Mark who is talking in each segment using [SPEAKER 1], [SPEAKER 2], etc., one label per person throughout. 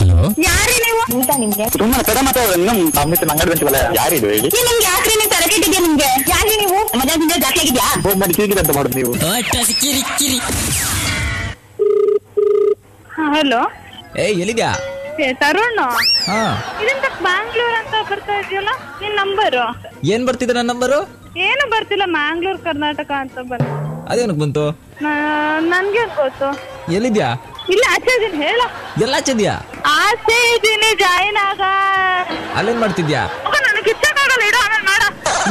[SPEAKER 1] hello
[SPEAKER 2] ಯಾರೀ ನೀವು
[SPEAKER 3] ಊಟ ನಿಮ್ಗೆ
[SPEAKER 4] ಸುಮ್ಮನೆ ಪದ ಮಾತಾಡೋದು ಇನ್ನೂ ಅಮೃತ ಮಂಗಡ ಬಂತೀವಲ್ಲ ಯಾರಿದು ಹೇಳಿ
[SPEAKER 2] ಈ ನಿಮ್ಗೆ ಯಾಕ್ರಿ ನೀವು ತಲೆ ಕೆಟ್ಟಿದ್ಯಾ ನಿಮ್ಗೆ ಯಾರ್ರಿ ನೀವು ಮದ್ಯಾದಿಂದ ಜಾಸ್ತಿ ಆಗಿದ್ಯಾ
[SPEAKER 4] ಫೋನ್ ಮಾಡಿ ತಿರುಗಿದಂತ ಮಾಡುದು ನೀವು
[SPEAKER 5] ಹಲೋ
[SPEAKER 1] ಏಯ್ ಎಲ್ಲಿದ್ಯಾ
[SPEAKER 5] ತರುಣ್
[SPEAKER 1] ಹಾ
[SPEAKER 5] ಇದೆಂತ ಬ್ಯಾಂಗ್ಳೂರ್ ಅಂತ ಬರ್ತಾ ಇದೆಯಲ್ಲ ನಿನ್ ನಂಬರು
[SPEAKER 1] ಏನ್ ಬರ್ತಿದೆ ನನ್ನ ನಂಬರು
[SPEAKER 5] ಏನು ಬರ್ತಿಲ್ಲ ಮ್ಯಾಂಗ್ಳೂರ್ ಕರ್ನಾಟಕ ಅಂತ ಬಂತ
[SPEAKER 1] ಅದೇನಕ್ ಬಂತು
[SPEAKER 5] ನನ್ಗೆ ಗೊತ್ತು
[SPEAKER 1] ಎಲ್ಲಿದ್ಯಾ
[SPEAKER 5] ಇಲ್ಲ ಆಚೆ ಇದೀನಿ ಹೇಳ
[SPEAKER 1] ಎಲ್ಲ ಚೆದ್ಯಾ
[SPEAKER 5] ಆಚೆ ಇದೀನಿ ಜಾಯಿನ್ ಆಗ
[SPEAKER 1] ಅಲ್ಲೇನ್ ಮಾಡ್ತಿದ್ಯಾ
[SPEAKER 5] ಹೋಗು, ನನಗೆ ಇಚ್ಛಕ್ಕಾಗಲ್ಲ ಇಡೋ ಆಮೇಲೆ ಮಾಡ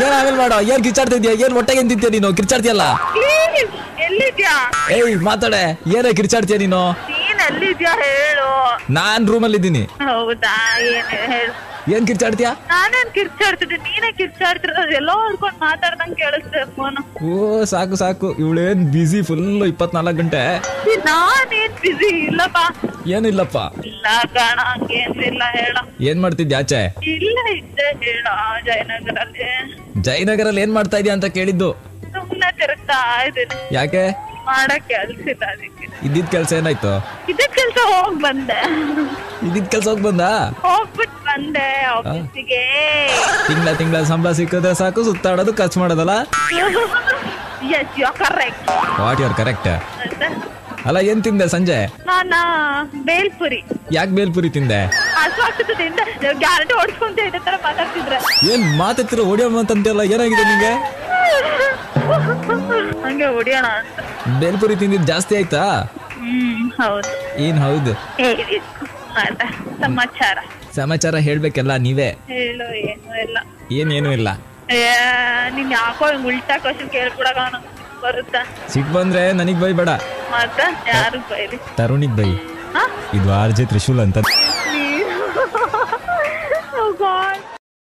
[SPEAKER 1] ಏನ್ ಆಮೇಲೆ ಮಾಡೋ ಏನ್ ಕಿರ್ಚಾಡ್ತಿದ್ಯಾ ಏನ್ ಹೊಟ್ಟೆಗೆ ತಿಂತೀಯ ನೀನು ಕಿರ್ಚಾಡ್ತಿಯಲ್ಲ
[SPEAKER 5] ಪ್ಲೀಸ್ ಎಲ್ಲಿದ್ಯಾ
[SPEAKER 1] ಏಯ್ ಮಾತಾಡೆ ಏನೇ ಕಿರ್ಚಾಡ್ತೀಯ ನೀನು
[SPEAKER 5] ನೀನ್ ಎಲ್ಲಿದ್ಯಾ ಹೇಳು
[SPEAKER 1] ನಾನ್ ರೂಮಲ್ಲಿ ಇದ್ದೀನಿ
[SPEAKER 5] ಹೌದಾ ಏನು ಹೇಳು
[SPEAKER 1] ಏನ್ ಕಿರ್ಚಾಡ್ತೀಯಾ
[SPEAKER 5] ನಾನೇನ್ ಕಿರ್ಚಾಡ್ತಿದ್ದೆ ನೀನೇ ಕಿರ್ಚಾಡ್ತಿರೋದು ಎಲ್ಲೋ ಹೊಡ್ಕೊಂಡ್ ಮಾತಾಡ್ದಂಗ್ ಕೇಳಿಸ್ತೇವೆ ಫೋನು
[SPEAKER 1] ಓ ಸಾಕು ಸಾಕು ಇವಳೇನ್ ಬಿಸಿ ಫುಲ್ ಇಪ್ಪತ್ನಾಲ್ಕು ಗಂಟೆ
[SPEAKER 5] ನಾನೇನ್ ಬಿಸಿ ಇಲ್ಲಪ್ಪ
[SPEAKER 1] ಏನಿಲ್ಲಪ್ಪ
[SPEAKER 5] ಇಲ್ಲ ಕಾಣ ಹಂಗೇನಿಲ್ಲ ಹೇಳ
[SPEAKER 1] ಏನ್ ಮಾಡ್ತಿದ್ಯಾ ಆಚೆ
[SPEAKER 5] ಇಲ್ಲ ಇದ್ದೆ ಹೇಳ ಜಯನಗರಲ್ಲಿ
[SPEAKER 1] ಜಯನಗರಲ್ಲಿ ಏನ್ ಮಾಡ್ತಾ ಇದೀಯ ಅಂತ ಕೇಳಿದ್ದು
[SPEAKER 5] ಸುಮ್ನೆ ತಿರುಗ್ತಾ ಇದ್ದೀನಿ
[SPEAKER 1] ಯಾಕೆ
[SPEAKER 5] ಮಾಡಕ್ ಕೆಲ್ಸ ಇಲ್ಲ ಅದಕ್ಕೆ
[SPEAKER 1] ಇದ್ದಿದ್ ಕೆಲ್ಸ ಏನಾಯ್ತು
[SPEAKER 5] ಇದೇ ಕೆಲ್ಸ ಹೋಗ್ ಬಂದೆ
[SPEAKER 1] ಇದ್ದಿದ್ ಕೆಲ್ಸ ಹೋಗ್ ಬಂದಾ
[SPEAKER 5] ಹೋಗ್ಬಿಟ್ ಬಂದೆ ಆಫೀಸಿಗೆ
[SPEAKER 1] ತಿಂಗಳ ತಿಂಗಳ ಸಂಬಳ ಸಿಕ್ಕಿದ್ರೆ ಸಾಕು ಸುತ್ತಾಡೋದು ಖರ್ಚು ಮಾಡೋದಲ್ಲ
[SPEAKER 5] yes you correct
[SPEAKER 1] what your correct
[SPEAKER 5] ಅಂತ
[SPEAKER 1] ಅಲ್ಲ ಏನ್ ತಿಂದೆ ಸಂಜೆ
[SPEAKER 5] ನಾನ ಬೇಲ್ಪುರಿ
[SPEAKER 1] ಯಾಕೆ ಬೇಲ್ಪುರಿ ತಿಂದೆ
[SPEAKER 5] ಹಸು ಆಗ್ತದಿಂದ ಗ್ಯಾರಂಟಿ ಹೊಡ್ಸ್ಕೊಂತ ಇದ್ದ ತರ ಮಾತಾಡ್ತಿದ್ರೆ
[SPEAKER 1] ಏನ್ ಮಾತೆತ್ತಿರ ಹೊಡಿಯೋ ಮಾತಂತೆಲ್ಲ ಏನಾಗಿದೆ ನಿಂಗೆ
[SPEAKER 5] ಹಂಗೆ ಹೊಡಿಯೋಣ ಅಂತ
[SPEAKER 1] ಬೇಲ್ಪುರಿ ತಿಂದಿದ್ ಜಾಸ್ತಿ ಆಯ್ತಾ
[SPEAKER 5] ಹ್ಮ್ ಹೌದು
[SPEAKER 1] ಏನ್ ಹೌದು
[SPEAKER 5] ಹೇಳಿ ಮಾತಾ ಸಮಾಚಾರ
[SPEAKER 1] ಸಮಾಚಾರ ಹೇಳ್ಬೇಕಲ್ಲ ನೀವೇ
[SPEAKER 5] ಹೇಳು ಏನು ಇಲ್ಲ
[SPEAKER 1] ಏನೇನು ಇಲ್ಲ
[SPEAKER 5] ಏ, ನೀನ್ ಯಾಕೋ ಹಿಂಗ್ ಉಲ್ಟಾ ಕ್ವಶನ್ ಕೇಳ್ಬಿಡಾಗ ಬರುತ್ತ
[SPEAKER 1] ಸಿಟ್ ಬಂದ್ರೆ ನನಗ್ ಬೈಬೇಡ
[SPEAKER 5] ಮತ್ತ ಯಾರು ಬೈಲಿ
[SPEAKER 1] ತರುಣಿಗ್ ಬೈ
[SPEAKER 5] ಹಾ
[SPEAKER 1] ಇದು ಆರ್ ಜೆ ತ್ರಿಶೂಲ್ ಅಂತ